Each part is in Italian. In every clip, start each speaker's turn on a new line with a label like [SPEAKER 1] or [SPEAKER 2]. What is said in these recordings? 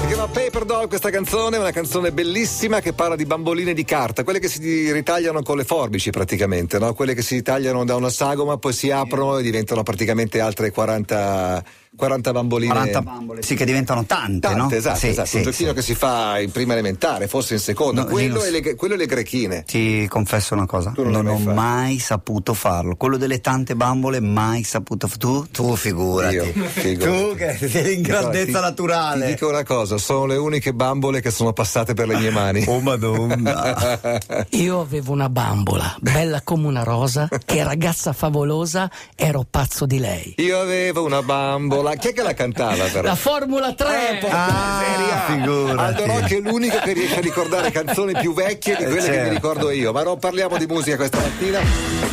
[SPEAKER 1] Si chiama Paper Doll questa canzone, è una canzone bellissima che parla di bamboline di carta, quelle che si ritagliano con le forbici praticamente, no? quelle che si tagliano da una sagoma, poi si aprono e diventano praticamente altre 40, 40 bamboline.
[SPEAKER 2] 40 bambole, sì, che diventano tante,
[SPEAKER 1] Tante,
[SPEAKER 2] no?
[SPEAKER 1] esatto,
[SPEAKER 2] sì,
[SPEAKER 1] esatto.
[SPEAKER 2] sì,
[SPEAKER 1] un giochino che si fa in prima elementare, forse in seconda,
[SPEAKER 2] No,
[SPEAKER 1] quello,
[SPEAKER 2] Linus-
[SPEAKER 1] e le, quello e le grechine.
[SPEAKER 2] Ti confesso una cosa,
[SPEAKER 1] Tu non
[SPEAKER 2] non,
[SPEAKER 1] l'hai mai
[SPEAKER 2] ho
[SPEAKER 1] fatto.
[SPEAKER 2] mai saputo farlo. Quello delle tante bambole, mai saputo farlo. Tu, tu figurati.
[SPEAKER 1] Io, figurati.
[SPEAKER 2] tu che sei in
[SPEAKER 1] Guarda,
[SPEAKER 2] grandezza
[SPEAKER 1] ti-
[SPEAKER 2] naturale.
[SPEAKER 1] Ti dico una cosa, sono le uniche bambole che sono passate per le mie mani.
[SPEAKER 2] Oh madonna.
[SPEAKER 3] Io avevo una bambola, bella come una rosa, che ragazza favolosa, ero pazzo di lei.
[SPEAKER 1] Io avevo una bambola. Chi è che la cantava però?
[SPEAKER 3] La Formula Ecco, 3!
[SPEAKER 1] porca
[SPEAKER 2] Ah,
[SPEAKER 1] Eh, miseria.
[SPEAKER 2] figurati.
[SPEAKER 1] Aldo Rock è l'unico che riesce a ricordare canzoni più vecchie di quelle che
[SPEAKER 2] Certo.
[SPEAKER 1] mi ricordo io. Ma non parliamo di musica questa mattina,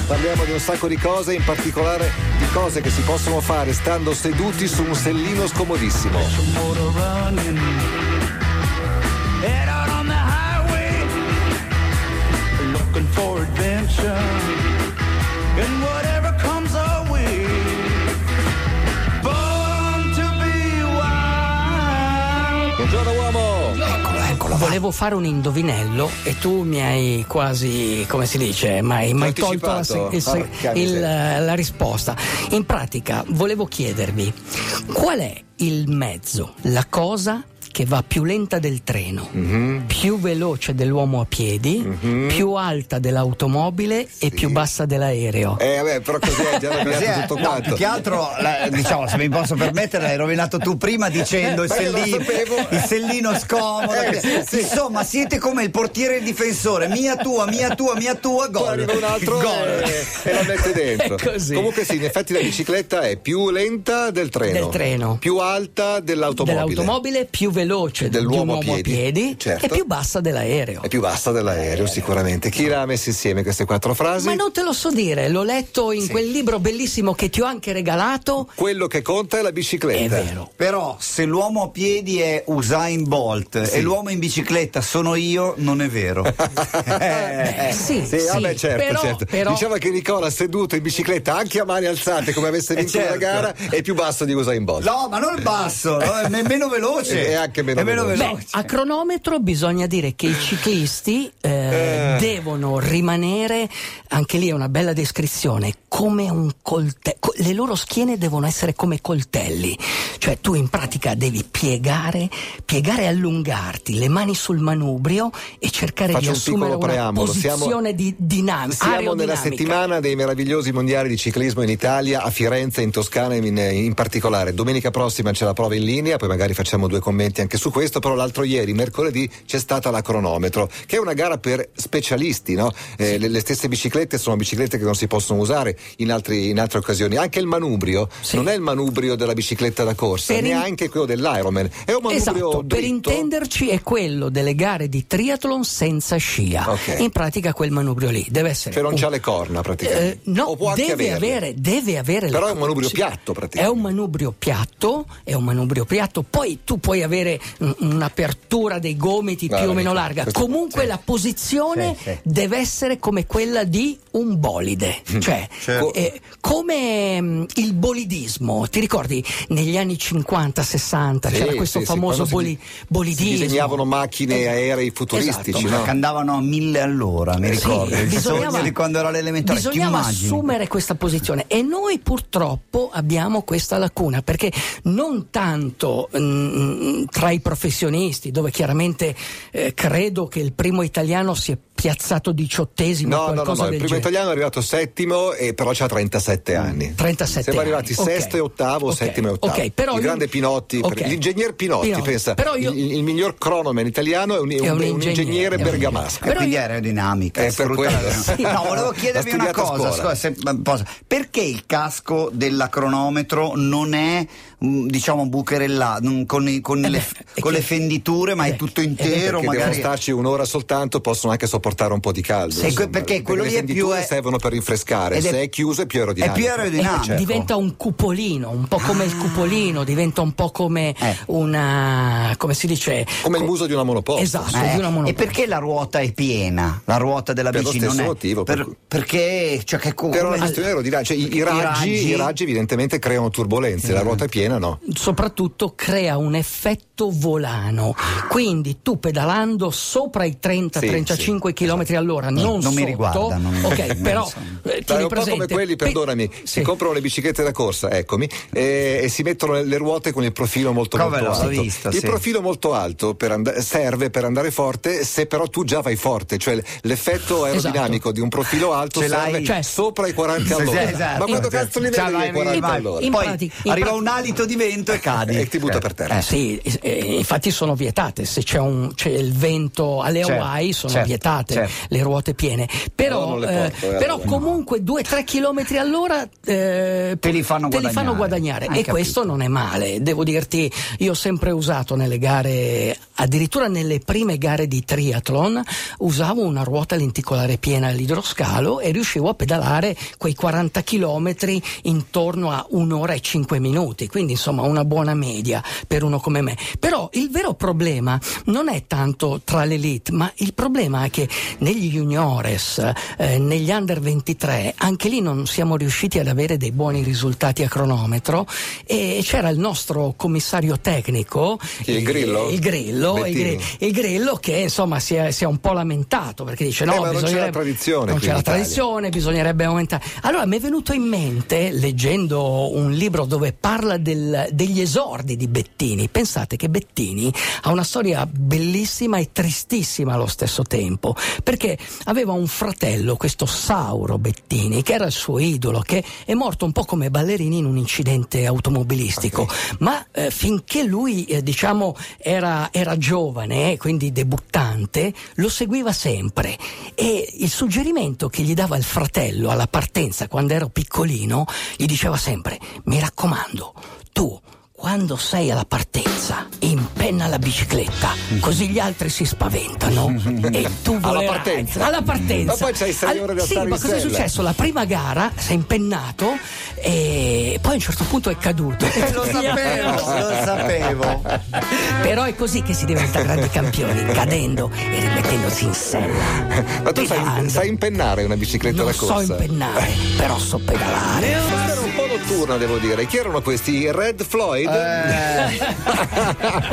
[SPEAKER 1] parliamo di un sacco di cose, in particolare di cose che si possono fare stando seduti su un sellino scomodissimo.
[SPEAKER 4] motor running. Head out on the highway, looking for adventure. And whatever comes our way, born to be wild.
[SPEAKER 1] Buongiorno uomo!
[SPEAKER 3] Eccolo,
[SPEAKER 1] ecco,
[SPEAKER 3] eccolo. ecco, Volevo fare un indovinello e tu mi hai quasi, come si dice, mi hai, mi hai tolto la,
[SPEAKER 1] anticipato. Ah,
[SPEAKER 3] il se-
[SPEAKER 1] Porca
[SPEAKER 3] il- eh,
[SPEAKER 1] miseria.
[SPEAKER 3] la risposta. In pratica, volevo chiedervi qual è il mezzo, la cosa che va più lenta del treno,
[SPEAKER 1] Mhm.
[SPEAKER 3] più veloce dell'uomo a piedi, più alta dell'automobile e più bassa dell'aereo.
[SPEAKER 1] Eh vabbè, però così è già
[SPEAKER 2] Sì,
[SPEAKER 1] cambiato
[SPEAKER 2] eh,
[SPEAKER 1] tutto
[SPEAKER 2] no,
[SPEAKER 1] quanto.
[SPEAKER 2] più che altro, la- diciamo, se mi posso permettere, l'hai rovinato tu prima dicendo il
[SPEAKER 1] Ma io lo
[SPEAKER 2] sellino,
[SPEAKER 1] sapevo.
[SPEAKER 2] il sellino scomodo.
[SPEAKER 1] Eh, sì, sì.
[SPEAKER 2] Insomma, siete come il portiere e il difensore: mia tua, mia tua, mia
[SPEAKER 1] Poi
[SPEAKER 2] tua, gol.
[SPEAKER 1] arriva un altro
[SPEAKER 2] Gol.
[SPEAKER 1] e, e la mette dentro.
[SPEAKER 3] È così.
[SPEAKER 1] Comunque sì, in effetti la bicicletta è più lenta del treno.
[SPEAKER 3] Del treno.
[SPEAKER 1] Più alta dell'automobile.
[SPEAKER 3] Dell'automobile più veloce
[SPEAKER 1] Dell'uomo
[SPEAKER 3] di un uomo a piedi,
[SPEAKER 1] certo.
[SPEAKER 3] e più bassa dell'aereo.
[SPEAKER 1] È più bassa dell'aereo sicuramente. Chi l'ha messa insieme queste quattro frasi?
[SPEAKER 3] Eh, Ma non te lo so dire, l'ho letto in quel libro bellissimo che ti ho anche regalato.
[SPEAKER 1] Quello che conta è la
[SPEAKER 3] È
[SPEAKER 1] bicicletta.
[SPEAKER 3] vero.
[SPEAKER 2] Però, se l'uomo a piedi è Usain Bolt
[SPEAKER 1] Sì.
[SPEAKER 2] e l'uomo in bicicletta sono io, non è vero.
[SPEAKER 3] Eh, sì,
[SPEAKER 1] Sì,
[SPEAKER 3] sì,
[SPEAKER 1] vabbè, certo,
[SPEAKER 3] però,
[SPEAKER 1] certo.
[SPEAKER 3] però-
[SPEAKER 1] Diciamo che Nicola seduto in bicicletta anche a mani alzate come
[SPEAKER 3] Eh,
[SPEAKER 1] avesse vinto
[SPEAKER 2] certo.
[SPEAKER 1] la gara è più basso di Usain Bolt.
[SPEAKER 2] No, ma non il basso, no, è me- meno veloce.
[SPEAKER 1] È anche meno
[SPEAKER 2] È
[SPEAKER 1] veloce.
[SPEAKER 3] Beh, a cronometro bisogna dire che i ciclisti eh, devono rimanere, anche lì è una bella descrizione, come un coltello. le loro schiene devono essere come coltelli, cioè tu in pratica devi piegare, piegare e allungarti, le mani sul manubrio e cercare
[SPEAKER 1] Faccio
[SPEAKER 3] di
[SPEAKER 1] un
[SPEAKER 3] assumere
[SPEAKER 1] piccolo
[SPEAKER 3] una
[SPEAKER 1] preambolo, siamo-
[SPEAKER 3] posizione di dinam-
[SPEAKER 1] Siamo nella
[SPEAKER 3] aerodinamica.
[SPEAKER 1] settimana dei meravigliosi mondiali di ciclismo in Italia, a Firenze, in Toscana in, eh, in particolare. Domenica prossima c'è la prova in linea, poi magari facciamo due commenti anche su questo, però l'altro ieri, mercoledì, c'è stata la cronometro, che è una gara per specialisti, no? Eh, le, le stesse biciclette sono biciclette che non si possono usare in, altri- in altre occasioni. Anche il manubrio
[SPEAKER 3] Sì.
[SPEAKER 1] non è il manubrio della bicicletta da corsa,
[SPEAKER 3] Per in-
[SPEAKER 1] neanche quello dell'Ironman, è un manubrio
[SPEAKER 3] Esatto, per
[SPEAKER 1] dritto.
[SPEAKER 3] intenderci è quello delle gare di triathlon senza scia.
[SPEAKER 1] Ok.
[SPEAKER 3] In pratica quel manubrio lì deve essere
[SPEAKER 1] Che cioè non
[SPEAKER 3] un-
[SPEAKER 1] c'ha le corna praticamente.
[SPEAKER 3] Eh, no,
[SPEAKER 1] O può anche
[SPEAKER 3] deve
[SPEAKER 1] averle.
[SPEAKER 3] avere, deve avere le
[SPEAKER 1] Però è un
[SPEAKER 3] corna.
[SPEAKER 1] manubrio
[SPEAKER 3] Sì.
[SPEAKER 1] piatto, praticamente.
[SPEAKER 3] È un manubrio piatto, è un manubrio piatto. Poi tu puoi avere mm, un'apertura dei gomiti
[SPEAKER 1] Guarda,
[SPEAKER 3] più o meno
[SPEAKER 1] Nicola,
[SPEAKER 3] larga.
[SPEAKER 1] questo-
[SPEAKER 3] Comunque la posizione
[SPEAKER 2] Sì, sì.
[SPEAKER 3] deve essere come quella di un bolide,
[SPEAKER 1] Mm.
[SPEAKER 3] cioè
[SPEAKER 2] Certo.
[SPEAKER 3] eh, come mm, il bolidismo. Ti ricordi negli anni 50, 60
[SPEAKER 1] Sì,
[SPEAKER 3] c'era questo
[SPEAKER 1] sì, sì, quando
[SPEAKER 3] famoso
[SPEAKER 1] si
[SPEAKER 3] boli-
[SPEAKER 1] di-
[SPEAKER 3] bolidismo?
[SPEAKER 1] Si disegnavano macchine
[SPEAKER 3] Eh,
[SPEAKER 1] aerei futuristici,
[SPEAKER 3] esatto.
[SPEAKER 2] Cioè,
[SPEAKER 1] no?
[SPEAKER 2] che andavano a mille all'ora, mi
[SPEAKER 1] Eh
[SPEAKER 3] Sì,
[SPEAKER 2] ricordo. Il
[SPEAKER 3] bisognava-
[SPEAKER 2] sogno di quando ero all'elementare. Ti
[SPEAKER 3] bisognava
[SPEAKER 2] immagini?
[SPEAKER 3] assumere questa posizione e noi purtroppo abbiamo questa lacuna perché non tanto mm, tra i professionisti dove chiaramente eh, credo che il primo italiano si è piazzato diciottesimo
[SPEAKER 1] No, no, no,
[SPEAKER 3] qualcosa
[SPEAKER 1] no, il
[SPEAKER 3] del
[SPEAKER 1] primo
[SPEAKER 3] genere.
[SPEAKER 1] italiano è arrivato settimo, e però c'ha 37 anni.
[SPEAKER 3] 37
[SPEAKER 1] Siamo
[SPEAKER 3] anni.
[SPEAKER 1] arrivati
[SPEAKER 3] Ok.
[SPEAKER 1] sesto e ottavo,
[SPEAKER 3] Ok.
[SPEAKER 1] settimo e ottavo.
[SPEAKER 3] Ok, però
[SPEAKER 1] il
[SPEAKER 3] io-
[SPEAKER 1] grande Pinotti, per-
[SPEAKER 3] Ok.
[SPEAKER 1] l'ingegner Pinotti,
[SPEAKER 3] Pinotti.
[SPEAKER 1] pensa,
[SPEAKER 3] Però io-
[SPEAKER 1] il, il miglior cronoman italiano è un, è un-
[SPEAKER 3] È un
[SPEAKER 1] un
[SPEAKER 3] ingegnere,
[SPEAKER 1] ingegnere
[SPEAKER 3] è un
[SPEAKER 1] bergamasco.
[SPEAKER 2] Eh,
[SPEAKER 3] Però
[SPEAKER 2] quindi
[SPEAKER 3] io-
[SPEAKER 2] aerodinamica.
[SPEAKER 1] Eh, per
[SPEAKER 2] sfruttare-
[SPEAKER 1] quello.
[SPEAKER 2] Sì, no, volevo
[SPEAKER 1] L'ha
[SPEAKER 2] chiedervi una
[SPEAKER 1] studiato a
[SPEAKER 2] cosa.
[SPEAKER 1] scuola.
[SPEAKER 2] scusa, se- ma posso- perché il casco della cronometro non è, mm, diciamo, bucherellato mm, con, i- con
[SPEAKER 3] Eh
[SPEAKER 2] le,
[SPEAKER 3] beh, è
[SPEAKER 2] con le
[SPEAKER 3] che-
[SPEAKER 2] fenditure, ma
[SPEAKER 3] eh
[SPEAKER 2] è
[SPEAKER 3] beh,
[SPEAKER 2] tutto
[SPEAKER 3] eh beh,
[SPEAKER 2] intero?
[SPEAKER 1] Perché devono
[SPEAKER 2] magari...
[SPEAKER 1] starci un'ora soltanto, possono anche sopportare un po' di caldo.
[SPEAKER 2] Sì, que-
[SPEAKER 1] insomma.
[SPEAKER 2] perché quello
[SPEAKER 1] le
[SPEAKER 2] lì è più-
[SPEAKER 1] fenditure
[SPEAKER 2] è-
[SPEAKER 1] servono per rinfrescare,
[SPEAKER 2] ed è-
[SPEAKER 1] se è chiuso è più aerodinamico.
[SPEAKER 2] È più
[SPEAKER 3] Eh,
[SPEAKER 2] aerodinamico.
[SPEAKER 1] certo.
[SPEAKER 3] diventa un cupolino, un po' come
[SPEAKER 1] Ah.
[SPEAKER 3] il cupolino, diventa un po' come
[SPEAKER 2] Eh.
[SPEAKER 3] una come si dice
[SPEAKER 1] Come il
[SPEAKER 3] co-
[SPEAKER 1] muso di una monoposto.
[SPEAKER 3] Esatto,
[SPEAKER 2] Eh,
[SPEAKER 3] di una
[SPEAKER 2] e
[SPEAKER 3] monoposto.
[SPEAKER 2] perché la ruota è piena? La ruota della
[SPEAKER 1] Per lo
[SPEAKER 2] bici
[SPEAKER 1] stesso
[SPEAKER 2] non è
[SPEAKER 1] motivo, per cui-
[SPEAKER 2] perché cioè che co-
[SPEAKER 1] Però la
[SPEAKER 2] come-
[SPEAKER 1] questione aerodinamica, cioè i, i
[SPEAKER 2] I
[SPEAKER 1] raggi,
[SPEAKER 2] raggi-
[SPEAKER 1] i raggi evidentemente creano turbolenze, la ruota è piena schiena no.
[SPEAKER 3] soprattutto crea un effetto volano. Quindi tu pedalando sopra i
[SPEAKER 1] Sì,
[SPEAKER 3] 30-35 km all'ora,
[SPEAKER 2] non
[SPEAKER 3] non,
[SPEAKER 2] mi
[SPEAKER 3] sotto,
[SPEAKER 2] riguarda, non mi-
[SPEAKER 3] ok, però
[SPEAKER 2] insomma.
[SPEAKER 3] eh, tieni
[SPEAKER 1] Dai, è un po'
[SPEAKER 3] presente,
[SPEAKER 1] come quelli,
[SPEAKER 3] pe-
[SPEAKER 1] perdonami,
[SPEAKER 3] sì.
[SPEAKER 1] si comprano le biciclette da corsa, eccomi, eh, e, e si mettono le ruote con il profilo molto,
[SPEAKER 2] Come
[SPEAKER 1] molto
[SPEAKER 2] l'ho
[SPEAKER 1] alto.
[SPEAKER 2] vista,
[SPEAKER 1] il
[SPEAKER 2] sì.
[SPEAKER 1] profilo molto alto per and- serve per andare forte se però tu già vai forte, cioè l- l'effetto aerodinamico di un profilo alto
[SPEAKER 2] Esatto. Ce l'hai-
[SPEAKER 1] serve
[SPEAKER 3] cioè-
[SPEAKER 1] sopra i 40
[SPEAKER 2] Sì,
[SPEAKER 1] all'ora.
[SPEAKER 2] sì, esatto.
[SPEAKER 1] Ma quando
[SPEAKER 2] Cioè,
[SPEAKER 1] cazzo li
[SPEAKER 2] già
[SPEAKER 1] vedi
[SPEAKER 2] vai,
[SPEAKER 1] i 40
[SPEAKER 3] vai,
[SPEAKER 1] all'ora?
[SPEAKER 3] in
[SPEAKER 2] Poi
[SPEAKER 3] pratica- in
[SPEAKER 2] arriva
[SPEAKER 3] pratica-
[SPEAKER 2] un alito di vento e cadi.
[SPEAKER 1] E ti butta per terra.
[SPEAKER 3] Eh, sì, eh, infatti sono vietate, se c'è, un, c'è il vento alle
[SPEAKER 2] Certo,
[SPEAKER 3] Hawaii sono
[SPEAKER 2] certo,
[SPEAKER 3] vietate
[SPEAKER 2] certo.
[SPEAKER 3] le ruote piene,
[SPEAKER 1] Allora
[SPEAKER 3] però,
[SPEAKER 1] non le porto,
[SPEAKER 3] eh,
[SPEAKER 1] eh,
[SPEAKER 3] però
[SPEAKER 1] allora.
[SPEAKER 3] comunque 2-3 km all'ora eh,
[SPEAKER 2] Te li fanno guadagnare. Hai
[SPEAKER 3] guadagnare, e
[SPEAKER 2] capito.
[SPEAKER 3] questo non è male, devo dirti, io ho sempre usato nelle gare, addirittura nelle prime gare di triathlon, usavo una ruota lenticolare piena all'idroscalo e riuscivo a pedalare quei 40 km intorno a un'ora e 5 minuti, quindi insomma una buona media per uno come me. Però il vero problema non è tanto tra l'elite, ma il problema è che negli juniores, eh, negli under 23, anche lì non siamo riusciti ad avere dei buoni risultati a cronometro e c'era il nostro commissario tecnico,
[SPEAKER 1] Chi, il Grillo?
[SPEAKER 3] il Grillo, il
[SPEAKER 1] Bettini.
[SPEAKER 3] Gri- il Grillo che insomma si è, si è un po' lamentato perché dice no,
[SPEAKER 1] Eh, ma non c'è la
[SPEAKER 3] bisognerebbe-
[SPEAKER 1] tradizione
[SPEAKER 3] non
[SPEAKER 1] qui
[SPEAKER 3] c'è
[SPEAKER 1] in
[SPEAKER 3] la
[SPEAKER 1] Italia."
[SPEAKER 3] tradizione, bisognerebbe aumentare. Allora mi è venuto in mente, leggendo un libro dove parla del- degli esordi di Bettini, pensate che Bettini ha una storia bellissima e tristissima allo stesso tempo, perché aveva un fratello, questo Sauro Bettini, che era il suo idolo, che è morto un po' come ballerini in un incidente automobilistico, ma eh, finché lui eh, diciamo era, era giovane, eh, quindi debuttante, lo seguiva sempre e il suggerimento che gli dava il fratello alla partenza quando ero piccolino gli diceva sempre mi raccomando tu quando sei alla partenza impenna la bicicletta così gli altri si spaventano e tu
[SPEAKER 1] Alla
[SPEAKER 3] volerai
[SPEAKER 1] partenza.
[SPEAKER 3] alla partenza
[SPEAKER 1] Ma poi c'hai sei
[SPEAKER 3] Al-
[SPEAKER 1] ore da
[SPEAKER 3] sì
[SPEAKER 1] stare
[SPEAKER 3] ma
[SPEAKER 1] in
[SPEAKER 3] cosa è
[SPEAKER 1] sella.
[SPEAKER 3] successo la prima gara si è impennato e poi a un certo punto è caduto
[SPEAKER 1] Eh,
[SPEAKER 2] Lo sapevo, lo sapevo.
[SPEAKER 3] però è così che si diventa grandi campioni, cadendo e rimettendosi in sella.
[SPEAKER 1] Ma tu sai,
[SPEAKER 3] Pedalando.
[SPEAKER 1] sai impennare una bicicletta
[SPEAKER 3] Non
[SPEAKER 1] da
[SPEAKER 3] so
[SPEAKER 1] corsa?
[SPEAKER 3] impennare, però so pedalare.
[SPEAKER 1] Questa era un po' notturna, devo dire. Chi erano questi? Red Floyd?
[SPEAKER 2] Eh.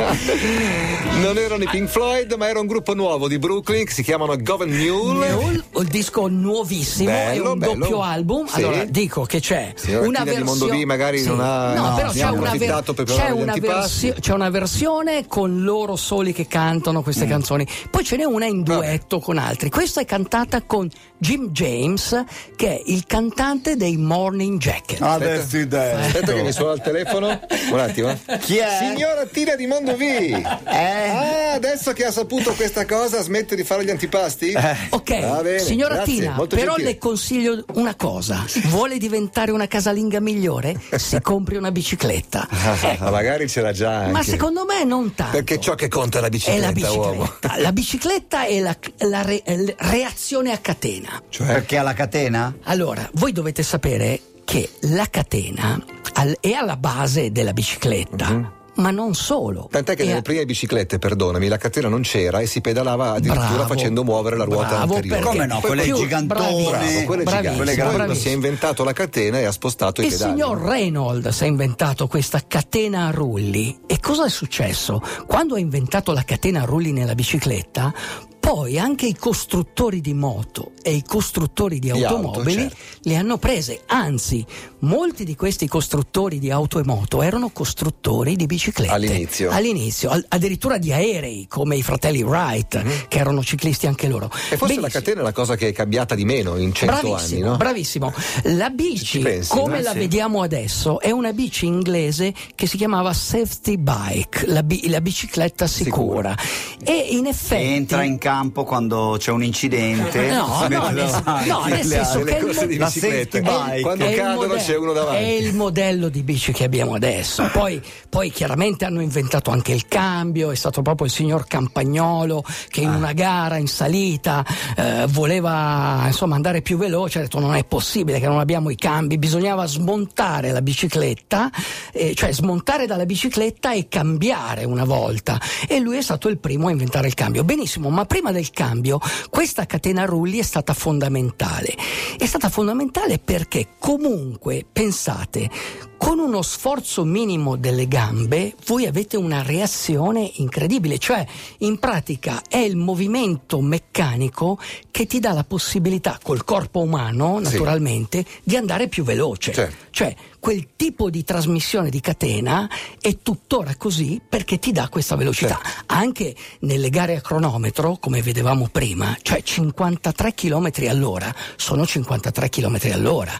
[SPEAKER 1] non erano i Pink Floyd, ma era un gruppo nuovo di Brooklyn che si chiamano Govan Mule.
[SPEAKER 3] Mule, il disco nuovissimo,
[SPEAKER 1] Bello,
[SPEAKER 3] è un
[SPEAKER 1] bello.
[SPEAKER 3] doppio album.
[SPEAKER 1] Sì.
[SPEAKER 3] Allora dico che c'è
[SPEAKER 1] Signora
[SPEAKER 3] una
[SPEAKER 1] Tina di
[SPEAKER 3] versione.
[SPEAKER 1] Mondovì magari non ha-
[SPEAKER 3] no,
[SPEAKER 1] no,
[SPEAKER 3] però
[SPEAKER 1] ne
[SPEAKER 3] c'è
[SPEAKER 1] ha
[SPEAKER 3] una,
[SPEAKER 1] approfittato per
[SPEAKER 3] c'è,
[SPEAKER 1] provare gli
[SPEAKER 3] una
[SPEAKER 1] antipasti.
[SPEAKER 3] versio- c'è una versione con loro soli che cantano
[SPEAKER 1] Mm.
[SPEAKER 3] queste canzoni. Poi ce n'è una in duetto con altri. Questa è cantata con Jim James, che è il cantante dei Morning Jacket.
[SPEAKER 1] Ah.
[SPEAKER 2] Adesso idea.
[SPEAKER 1] Aspetta che mi suona il telefono. Un attimo.
[SPEAKER 2] Chi è? Eh.
[SPEAKER 1] Signora Tina di Mondovì. Ah, adesso che ha saputo questa cosa, smette di fare gli antipasti?
[SPEAKER 2] Eh.
[SPEAKER 1] Ah, Va
[SPEAKER 3] Ok,
[SPEAKER 1] bene,
[SPEAKER 3] signora
[SPEAKER 1] grazie,
[SPEAKER 3] Tina,
[SPEAKER 1] molto
[SPEAKER 3] però
[SPEAKER 1] gentile.
[SPEAKER 3] le consiglio una cosa: vuole diventare una casalinga migliore? Si compri una bicicletta. Ecco,
[SPEAKER 1] Ma magari c'era già anche.
[SPEAKER 3] Ma secondo me non tanto.
[SPEAKER 1] Perché ciò che conta è la
[SPEAKER 3] è
[SPEAKER 1] bicicletta,
[SPEAKER 3] la
[SPEAKER 1] uomo.
[SPEAKER 3] bicicletta. La bicicletta è la, la re- eh, reazione a catena.
[SPEAKER 1] Cioè,
[SPEAKER 2] Perché alla catena?
[SPEAKER 3] Allora, voi dovete sapere che la catena al- è alla base della bicicletta, ma non solo.
[SPEAKER 1] Mhm. Tant'è che
[SPEAKER 3] È
[SPEAKER 1] nelle
[SPEAKER 3] a-
[SPEAKER 1] prime biciclette, perdonami, la catena non c'era e si pedalava addirittura
[SPEAKER 3] Bravo.
[SPEAKER 1] facendo muovere la ruota
[SPEAKER 3] Bravo,
[SPEAKER 1] anteriore.
[SPEAKER 3] perché-
[SPEAKER 2] Come no, quelle
[SPEAKER 3] più-
[SPEAKER 2] gigantone.
[SPEAKER 1] Bravo,
[SPEAKER 2] Bravo,
[SPEAKER 1] quelle
[SPEAKER 3] bravissimo,
[SPEAKER 1] giganti. Quelle grandi.
[SPEAKER 3] bravissimo.
[SPEAKER 1] Si è inventato la catena e ha spostato i
[SPEAKER 3] Il
[SPEAKER 1] pedali.
[SPEAKER 3] signor Reynolds si è inventato questa catena a rulli e cosa è successo? Quando ha inventato la catena a rulli nella bicicletta, poi anche i costruttori di moto e i costruttori di,
[SPEAKER 1] auto,
[SPEAKER 3] automobili
[SPEAKER 1] certo.
[SPEAKER 3] le hanno prese, anzi molti di questi costruttori di auto e moto erano costruttori di biciclette.
[SPEAKER 1] All'inizio.
[SPEAKER 3] All'inizio, al- addirittura di aerei come i fratelli Wright che erano ciclisti anche loro.
[SPEAKER 1] Mm-hmm. E forse la
[SPEAKER 3] Benissimo.
[SPEAKER 1] catena è la cosa che è cambiata di meno in cento anni,
[SPEAKER 3] Bravissimo,
[SPEAKER 1] no?
[SPEAKER 3] bravissimo. La
[SPEAKER 1] Ci
[SPEAKER 3] bici,
[SPEAKER 1] pensi,
[SPEAKER 3] come
[SPEAKER 1] eh,
[SPEAKER 3] la
[SPEAKER 1] sì.
[SPEAKER 3] vediamo adesso, è una bici inglese che si chiamava safety bike, la, bi- la bicicletta sicura. E in effetti.
[SPEAKER 2] Entra in campo quando c'è un incidente.
[SPEAKER 3] No, no,
[SPEAKER 2] Mette
[SPEAKER 3] nel-
[SPEAKER 2] davanti
[SPEAKER 3] no, nel
[SPEAKER 2] le
[SPEAKER 3] senso
[SPEAKER 2] ali.
[SPEAKER 1] Delle
[SPEAKER 3] che è il
[SPEAKER 1] corse di
[SPEAKER 2] la
[SPEAKER 1] biciclette.
[SPEAKER 2] safety bike.
[SPEAKER 1] Quando
[SPEAKER 3] è il
[SPEAKER 1] cadono
[SPEAKER 3] modello-
[SPEAKER 1] c'è uno davanti.
[SPEAKER 3] È il modello di bici che abbiamo adesso. Poi, poi chiaramente hanno inventato anche il cambio, è stato proprio il signor Campagnolo che
[SPEAKER 1] Ah.
[SPEAKER 3] in una gara in salita eh, voleva insomma andare più veloce, ha detto non è possibile che non abbiamo i cambi, bisognava smontare la bicicletta, eh, cioè smontare dalla bicicletta e cambiare una volta. E lui è stato il primo a inventare il cambio. Benissimo, ma prima del cambio questa catena rulli è stata fondamentale. È stata fondamentale perché comunque, pensate, con uno sforzo minimo delle gambe voi avete una reazione incredibile, cioè in pratica è il movimento meccanico che ti dà la possibilità col corpo umano,
[SPEAKER 1] Sì.
[SPEAKER 3] naturalmente, di andare più veloce.
[SPEAKER 1] Certo.
[SPEAKER 3] Cioè quel tipo di trasmissione di catena è tuttora così perché ti dà questa velocità.
[SPEAKER 1] Certo.
[SPEAKER 3] Anche nelle gare a cronometro, come vedevamo prima, cioè 53 km all'ora sono 53 km all'ora,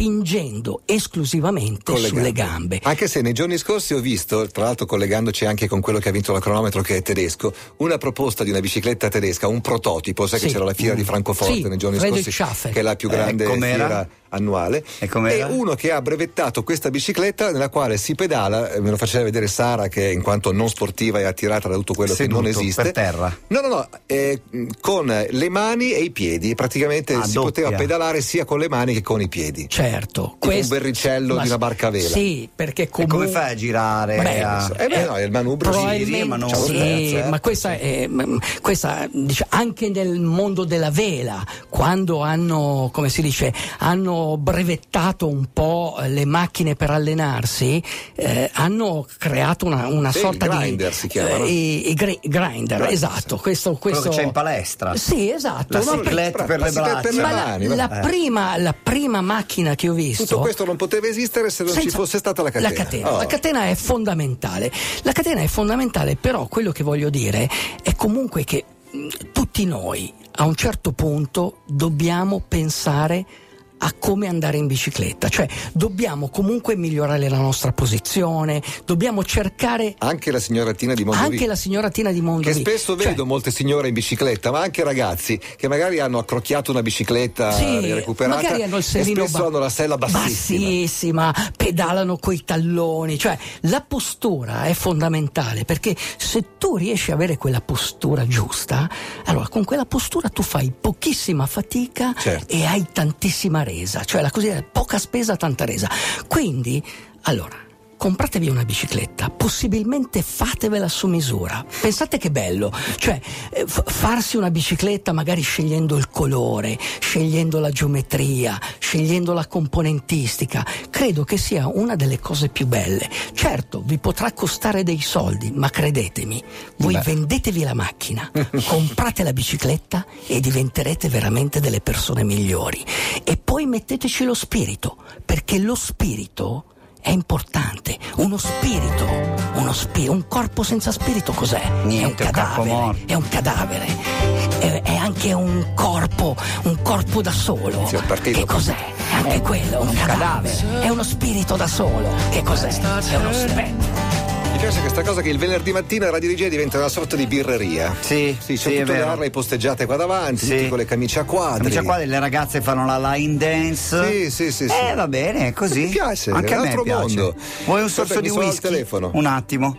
[SPEAKER 3] spingendo esclusivamente
[SPEAKER 1] Con le
[SPEAKER 3] sulle gambe.
[SPEAKER 1] Anche se nei giorni scorsi ho visto, tra l'altro collegandoci anche con quello che ha vinto la cronometro che è tedesco, una proposta di una bicicletta tedesca, un prototipo, sai che
[SPEAKER 3] Sì.
[SPEAKER 1] c'era la fiera di
[SPEAKER 3] Mm.
[SPEAKER 1] Francoforte
[SPEAKER 3] Sì,
[SPEAKER 1] nei giorni
[SPEAKER 3] Fredel
[SPEAKER 1] scorsi,
[SPEAKER 3] Schaffer.
[SPEAKER 1] che è la più
[SPEAKER 2] Eh,
[SPEAKER 1] grande
[SPEAKER 2] com'era?
[SPEAKER 1] fiera annuale,
[SPEAKER 2] E com'era?
[SPEAKER 1] uno che ha brevettato questa bicicletta nella quale si pedala, eh, me lo faceva vedere Sara che in quanto non sportiva è attirata da tutto quello
[SPEAKER 2] Seduto,
[SPEAKER 1] che non esiste.
[SPEAKER 2] per terra.
[SPEAKER 1] No, no, no, eh, mh, con le mani e i piedi, praticamente
[SPEAKER 2] Ah,
[SPEAKER 1] si
[SPEAKER 2] doppia.
[SPEAKER 1] poteva pedalare sia con le mani che con i piedi.
[SPEAKER 3] Certo,
[SPEAKER 1] Tipo un berricello
[SPEAKER 3] ma-
[SPEAKER 1] di una barca a vela.
[SPEAKER 3] Sì, perché
[SPEAKER 2] E
[SPEAKER 3] comunque
[SPEAKER 2] come fai a girare?
[SPEAKER 3] Beh,
[SPEAKER 2] a-
[SPEAKER 1] Eh beh, no, è il manubrio.
[SPEAKER 2] Probabilmente-
[SPEAKER 1] giri, manovra,
[SPEAKER 2] Ciao,
[SPEAKER 3] sì,
[SPEAKER 1] terza, eh.
[SPEAKER 3] ma questa è m- questa, dice, anche nel mondo della vela, quando hanno, come si dice, hanno brevettato un po' le macchine per allenarsi, eh, hanno creato una, una
[SPEAKER 1] Sì,
[SPEAKER 3] sorta
[SPEAKER 1] il
[SPEAKER 3] di Eh,
[SPEAKER 1] grinder si chiama, no?
[SPEAKER 3] i, i gri- grinder,
[SPEAKER 1] Grinder,
[SPEAKER 3] esatto,
[SPEAKER 1] sì.
[SPEAKER 3] questo,
[SPEAKER 2] Quello
[SPEAKER 3] questo
[SPEAKER 2] che c'è in palestra.
[SPEAKER 3] Sì, esatto,
[SPEAKER 2] La
[SPEAKER 3] ma per-
[SPEAKER 2] cicletta per le
[SPEAKER 1] La cicletta per
[SPEAKER 2] braccia.
[SPEAKER 1] le
[SPEAKER 3] ma
[SPEAKER 1] mani,
[SPEAKER 3] la,
[SPEAKER 1] vabbè.
[SPEAKER 2] Eh.
[SPEAKER 3] prima, la prima macchina che ho visto
[SPEAKER 1] Tutto questo non poteva esistere se non ci
[SPEAKER 3] senza-
[SPEAKER 1] fosse stata la catena.
[SPEAKER 3] La catena,
[SPEAKER 1] Oh.
[SPEAKER 3] la catena è fondamentale. La catena è fondamentale, però quello che voglio dire è comunque che mh, tutti noi a un certo punto dobbiamo pensare a come andare in bicicletta, cioè dobbiamo comunque migliorare la nostra posizione, dobbiamo cercare
[SPEAKER 1] Anche la signoratina di Mondovì.
[SPEAKER 3] anche la signora Tina di Mondovì.
[SPEAKER 1] Che spesso
[SPEAKER 3] Cioè,
[SPEAKER 1] vedo molte signore in bicicletta, ma anche ragazzi che magari hanno accrocchiato una bicicletta
[SPEAKER 3] Sì,
[SPEAKER 1] recuperata
[SPEAKER 3] magari hanno il
[SPEAKER 1] e
[SPEAKER 3] sellino
[SPEAKER 1] spesso
[SPEAKER 3] ba-
[SPEAKER 1] hanno la sella bassissima.
[SPEAKER 3] bassissima, pedalano coi talloni, cioè la postura è fondamentale perché se tu riesci a avere quella postura giusta, allora con quella postura tu fai pochissima fatica
[SPEAKER 1] Certo.
[SPEAKER 3] e hai tantissima resa, cioè la cosiddetta poca spesa tanta resa. Quindi, allora Compratevi una bicicletta, possibilmente fatevela su misura. Pensate che bello, cioè eh, f- farsi una bicicletta magari scegliendo il colore, scegliendo la geometria, scegliendo la componentistica, credo che sia una delle cose più belle. Certo, vi potrà costare dei soldi, ma credetemi, voi vendetevi la macchina, comprate la bicicletta e diventerete veramente delle persone migliori. E poi metteteci lo spirito, perché lo spirito è importante. Uno spirito, uno spi- un corpo senza spirito cos'è?
[SPEAKER 2] Niente,
[SPEAKER 3] è un
[SPEAKER 2] un corpo
[SPEAKER 3] cadavere.
[SPEAKER 2] morto.
[SPEAKER 3] è un cadavere. È, è anche un corpo, un corpo da solo.
[SPEAKER 1] Sì, è partito.
[SPEAKER 3] Che cos'è? È anche quello, un cadavere. È uno spirito da solo. Che cos'è? È uno specchio.
[SPEAKER 1] Mi piace questa cosa che il venerdì mattina Radio DJ diventa una sorta di birreria.
[SPEAKER 2] Sì,
[SPEAKER 1] sì,
[SPEAKER 2] sì,
[SPEAKER 1] c'è
[SPEAKER 2] è
[SPEAKER 1] tutte le
[SPEAKER 2] vero.
[SPEAKER 1] aree posteggiate qua davanti,
[SPEAKER 2] Sì.
[SPEAKER 1] tutti con le camicie a quadri.
[SPEAKER 2] Camicia qua le ragazze fanno la line dance.
[SPEAKER 1] Sì, sì, sì, sì.
[SPEAKER 2] Eh, va bene, è così.
[SPEAKER 1] Mi piace,
[SPEAKER 2] Anche
[SPEAKER 1] è
[SPEAKER 2] a
[SPEAKER 1] un
[SPEAKER 2] me
[SPEAKER 1] altro
[SPEAKER 2] piace.
[SPEAKER 1] mondo.
[SPEAKER 2] Vuoi un
[SPEAKER 1] Aspetta,
[SPEAKER 2] sorso
[SPEAKER 1] mi
[SPEAKER 2] di
[SPEAKER 1] suona il
[SPEAKER 2] whisky?
[SPEAKER 1] telefono.
[SPEAKER 2] Un attimo.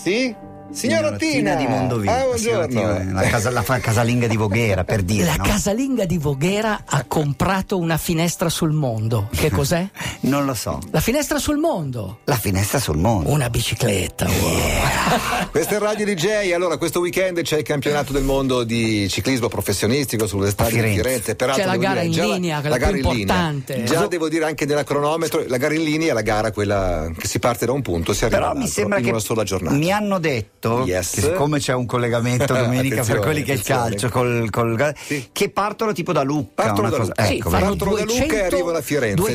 [SPEAKER 1] Sì? Signora, Tina
[SPEAKER 2] di Mondovì.
[SPEAKER 1] Ah,
[SPEAKER 2] La signora
[SPEAKER 1] buongiorno.
[SPEAKER 2] Tina, la, casa- la fa- casalinga di Voghera, per dire.
[SPEAKER 3] La
[SPEAKER 2] no?
[SPEAKER 3] casalinga di Voghera ha comprato una finestra sul mondo. Che cos'è?
[SPEAKER 2] Non lo so.
[SPEAKER 3] La finestra sul mondo.
[SPEAKER 2] La finestra sul mondo.
[SPEAKER 1] Oh,
[SPEAKER 3] Una bicicletta. wow.
[SPEAKER 2] Eh.
[SPEAKER 1] Questo è Radio DJ, allora questo weekend c'è il campionato del mondo di ciclismo professionistico sulle strade di
[SPEAKER 2] Firenze.
[SPEAKER 1] Firenze. Peraltro
[SPEAKER 3] C'è la
[SPEAKER 1] devo
[SPEAKER 3] gara
[SPEAKER 1] dire,
[SPEAKER 3] in
[SPEAKER 1] già
[SPEAKER 3] linea,
[SPEAKER 1] la,
[SPEAKER 3] la più
[SPEAKER 1] gara in
[SPEAKER 3] importante.
[SPEAKER 1] linea. Già
[SPEAKER 3] So-
[SPEAKER 1] devo dire anche nella cronometro, la gara in linea è la gara quella che si parte da un punto e si arriva
[SPEAKER 2] Però mi
[SPEAKER 1] all'altro
[SPEAKER 2] sembra
[SPEAKER 1] in
[SPEAKER 2] che
[SPEAKER 1] una sola giornata.
[SPEAKER 2] mi hanno detto
[SPEAKER 1] Yes.
[SPEAKER 2] che siccome c'è un collegamento domenica per
[SPEAKER 1] Attenzione,
[SPEAKER 2] quelli che è il calcio
[SPEAKER 1] attenzione.
[SPEAKER 2] col, col-
[SPEAKER 1] Sì.
[SPEAKER 2] che partono tipo da Lucca,
[SPEAKER 1] Partono
[SPEAKER 2] una
[SPEAKER 1] da
[SPEAKER 2] cosa-
[SPEAKER 1] Lucca.
[SPEAKER 3] Sì,
[SPEAKER 2] ecco,
[SPEAKER 3] fanno
[SPEAKER 2] vedi.
[SPEAKER 1] Partono da Lucca e
[SPEAKER 3] 200
[SPEAKER 1] arrivano a Firenze,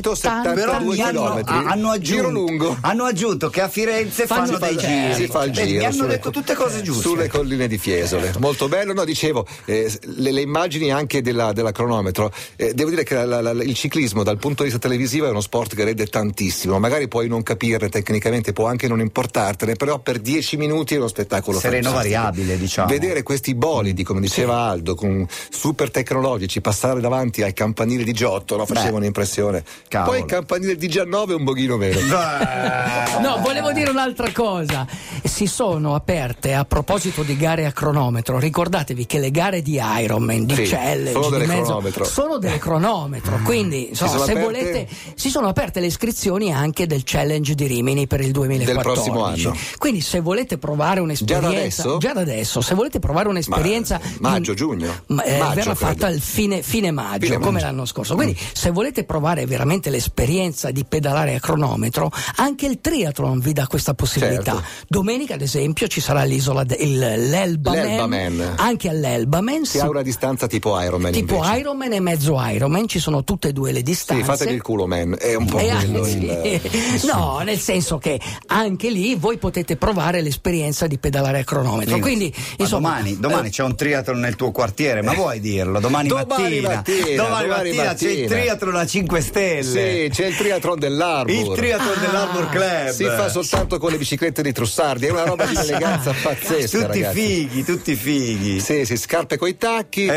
[SPEAKER 3] 272
[SPEAKER 2] però mi
[SPEAKER 1] 272
[SPEAKER 2] hanno,
[SPEAKER 1] chilometri.
[SPEAKER 2] ah, hanno
[SPEAKER 1] Giro
[SPEAKER 2] aggiunto,
[SPEAKER 1] lungo.
[SPEAKER 2] hanno aggiunto che a Firenze fanno,
[SPEAKER 3] Fanno
[SPEAKER 2] dei
[SPEAKER 3] dei
[SPEAKER 2] giri.
[SPEAKER 1] si fa il
[SPEAKER 2] Beh,
[SPEAKER 1] giro
[SPEAKER 2] Eh, Mi hanno
[SPEAKER 1] sulle- eh,
[SPEAKER 2] detto tutte cose giuste.
[SPEAKER 1] sulle colline di Fiesole molto bello no dicevo eh, le, le immagini anche della, della cronometro eh, devo dire che la- la- la- il ciclismo dal punto di vista televisivo è uno sport che rende tantissimo magari puoi non capirne tecnicamente può anche non importartene però per dieci minuti è uno spettacolo
[SPEAKER 2] Sereno
[SPEAKER 1] fantastico.
[SPEAKER 2] variabile, diciamo.
[SPEAKER 1] Vedere questi bolidi, come diceva Aldo, con super tecnologici, passare davanti al campanile di Giotto, no? faceva
[SPEAKER 2] Beh,
[SPEAKER 1] un'impressione.
[SPEAKER 2] cavolo.
[SPEAKER 1] Poi il campanile 19 un pochino meno. Eh.
[SPEAKER 2] Beh.
[SPEAKER 3] No, volevo dire un'altra cosa. Si sono aperte a proposito di gare a cronometro. Ricordatevi che le gare di Ironman, di
[SPEAKER 1] Sì,
[SPEAKER 3] Challenge,
[SPEAKER 1] sono
[SPEAKER 3] di
[SPEAKER 1] delle
[SPEAKER 3] mezzo,
[SPEAKER 1] cronometro. Mm.
[SPEAKER 3] sono delle cronometro. Quindi, insomma,
[SPEAKER 1] sono
[SPEAKER 3] se
[SPEAKER 1] aperte-
[SPEAKER 3] volete, si sono aperte le iscrizioni anche del Challenge di Rimini per il 2014.
[SPEAKER 1] prossimo anno.
[SPEAKER 3] Quindi, se volete volete provare un'esperienza,
[SPEAKER 1] Già da adesso?
[SPEAKER 3] già da adesso, se volete provare un'esperienza,
[SPEAKER 1] Ma- maggio, giugno?
[SPEAKER 3] ma, eh,
[SPEAKER 1] Maggio, credo.
[SPEAKER 3] verrà fatta al fine, fine maggio,
[SPEAKER 1] Fine
[SPEAKER 3] come
[SPEAKER 1] maggio.
[SPEAKER 3] l'anno scorso. Quindi, se volete provare veramente l'esperienza di pedalare a cronometro, anche il triathlon vi dà questa possibilità.
[SPEAKER 1] Certo.
[SPEAKER 3] Domenica, ad esempio, ci sarà l'isola de- il- l'Elbamen,
[SPEAKER 1] L'Elbamen.
[SPEAKER 3] anche all'Elbamen.
[SPEAKER 1] Si
[SPEAKER 3] si-
[SPEAKER 1] ha una distanza tipo Ironman
[SPEAKER 3] Tipo
[SPEAKER 1] invece.
[SPEAKER 3] Ironman e mezzo Ironman, ci sono tutte e due le distanze.
[SPEAKER 1] Sì, fatevi il culo, man. È un po'
[SPEAKER 3] Eh,
[SPEAKER 1] quello
[SPEAKER 3] sì.
[SPEAKER 1] il...
[SPEAKER 3] No, nel senso che anche lì voi potete provare l'esperienza di pedalare a cronometro.
[SPEAKER 2] Sì.
[SPEAKER 3] Quindi,
[SPEAKER 2] Ma
[SPEAKER 3] insomma, eh.
[SPEAKER 2] domani, domani c'è un triathlon nel tuo quartiere, ma vuoi dirlo? Domani,
[SPEAKER 1] Domani
[SPEAKER 2] mattina,
[SPEAKER 1] mattina,
[SPEAKER 2] domani
[SPEAKER 1] domani
[SPEAKER 2] mattina c'è il
[SPEAKER 1] mattina.
[SPEAKER 2] triathlon a 5
[SPEAKER 1] Sì,
[SPEAKER 2] stelle.
[SPEAKER 1] c'è il triathlon dell'Arbor.
[SPEAKER 2] il triathlon
[SPEAKER 3] Ah.
[SPEAKER 2] dell'Arbor Club.
[SPEAKER 1] si fa soltanto con le biciclette di Trussardi, è una roba di eleganza pazzesca,
[SPEAKER 2] Tutti
[SPEAKER 1] ragazzi.
[SPEAKER 2] fighi, tutti fighi.
[SPEAKER 1] Sì, sì, scarpe coi tacchi.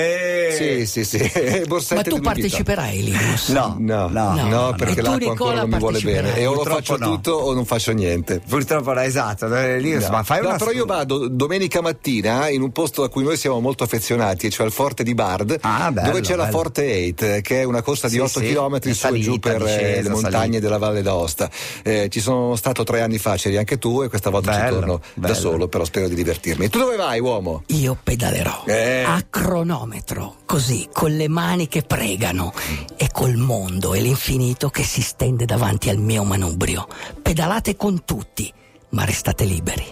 [SPEAKER 1] Sì,
[SPEAKER 2] Eh.
[SPEAKER 1] sì, sì. e borsette
[SPEAKER 3] ma
[SPEAKER 1] di
[SPEAKER 3] tu
[SPEAKER 1] due dita.
[SPEAKER 3] parteciperai Linus?
[SPEAKER 2] No,
[SPEAKER 1] No, no,
[SPEAKER 3] no, no.
[SPEAKER 1] perché
[SPEAKER 3] E tu,
[SPEAKER 1] l'acqua
[SPEAKER 3] Nicola,
[SPEAKER 1] ancora non mi vuole bene.
[SPEAKER 3] parteciperai.
[SPEAKER 1] E o lo
[SPEAKER 2] Purtroppo
[SPEAKER 1] faccio
[SPEAKER 2] no.
[SPEAKER 1] tutto o non faccio niente.
[SPEAKER 2] Purtroppo no, esatto. eh, lì,
[SPEAKER 1] No.
[SPEAKER 2] Ma fai
[SPEAKER 1] No,
[SPEAKER 2] una
[SPEAKER 1] però io vado domenica mattina in un posto a cui noi siamo molto affezionati, cioè al Forte di Bard,
[SPEAKER 2] Ah, bello,
[SPEAKER 1] dove c'è la
[SPEAKER 2] bello.
[SPEAKER 1] Forte 8, che è una corsa di
[SPEAKER 2] Sì,
[SPEAKER 1] 8
[SPEAKER 2] sì,
[SPEAKER 1] km
[SPEAKER 2] è
[SPEAKER 1] su e giù
[SPEAKER 2] salita,
[SPEAKER 1] per eh, le
[SPEAKER 2] discesa,
[SPEAKER 1] montagne
[SPEAKER 2] salita.
[SPEAKER 1] della Valle d'Aosta. Eh, ci sono stato tre anni fa, c'eri anche tu, e questa volta ci
[SPEAKER 2] Bello,
[SPEAKER 1] torno da
[SPEAKER 2] bello.
[SPEAKER 1] solo, però spero di divertirmi. Tu dove vai, uomo?
[SPEAKER 3] Io pedalerò
[SPEAKER 1] Eh.
[SPEAKER 3] a cronometro, così, con le mani che pregano e col mondo e l'infinito che si stende davanti al mio manubrio. Pedalate con tutti, ma restate liberi.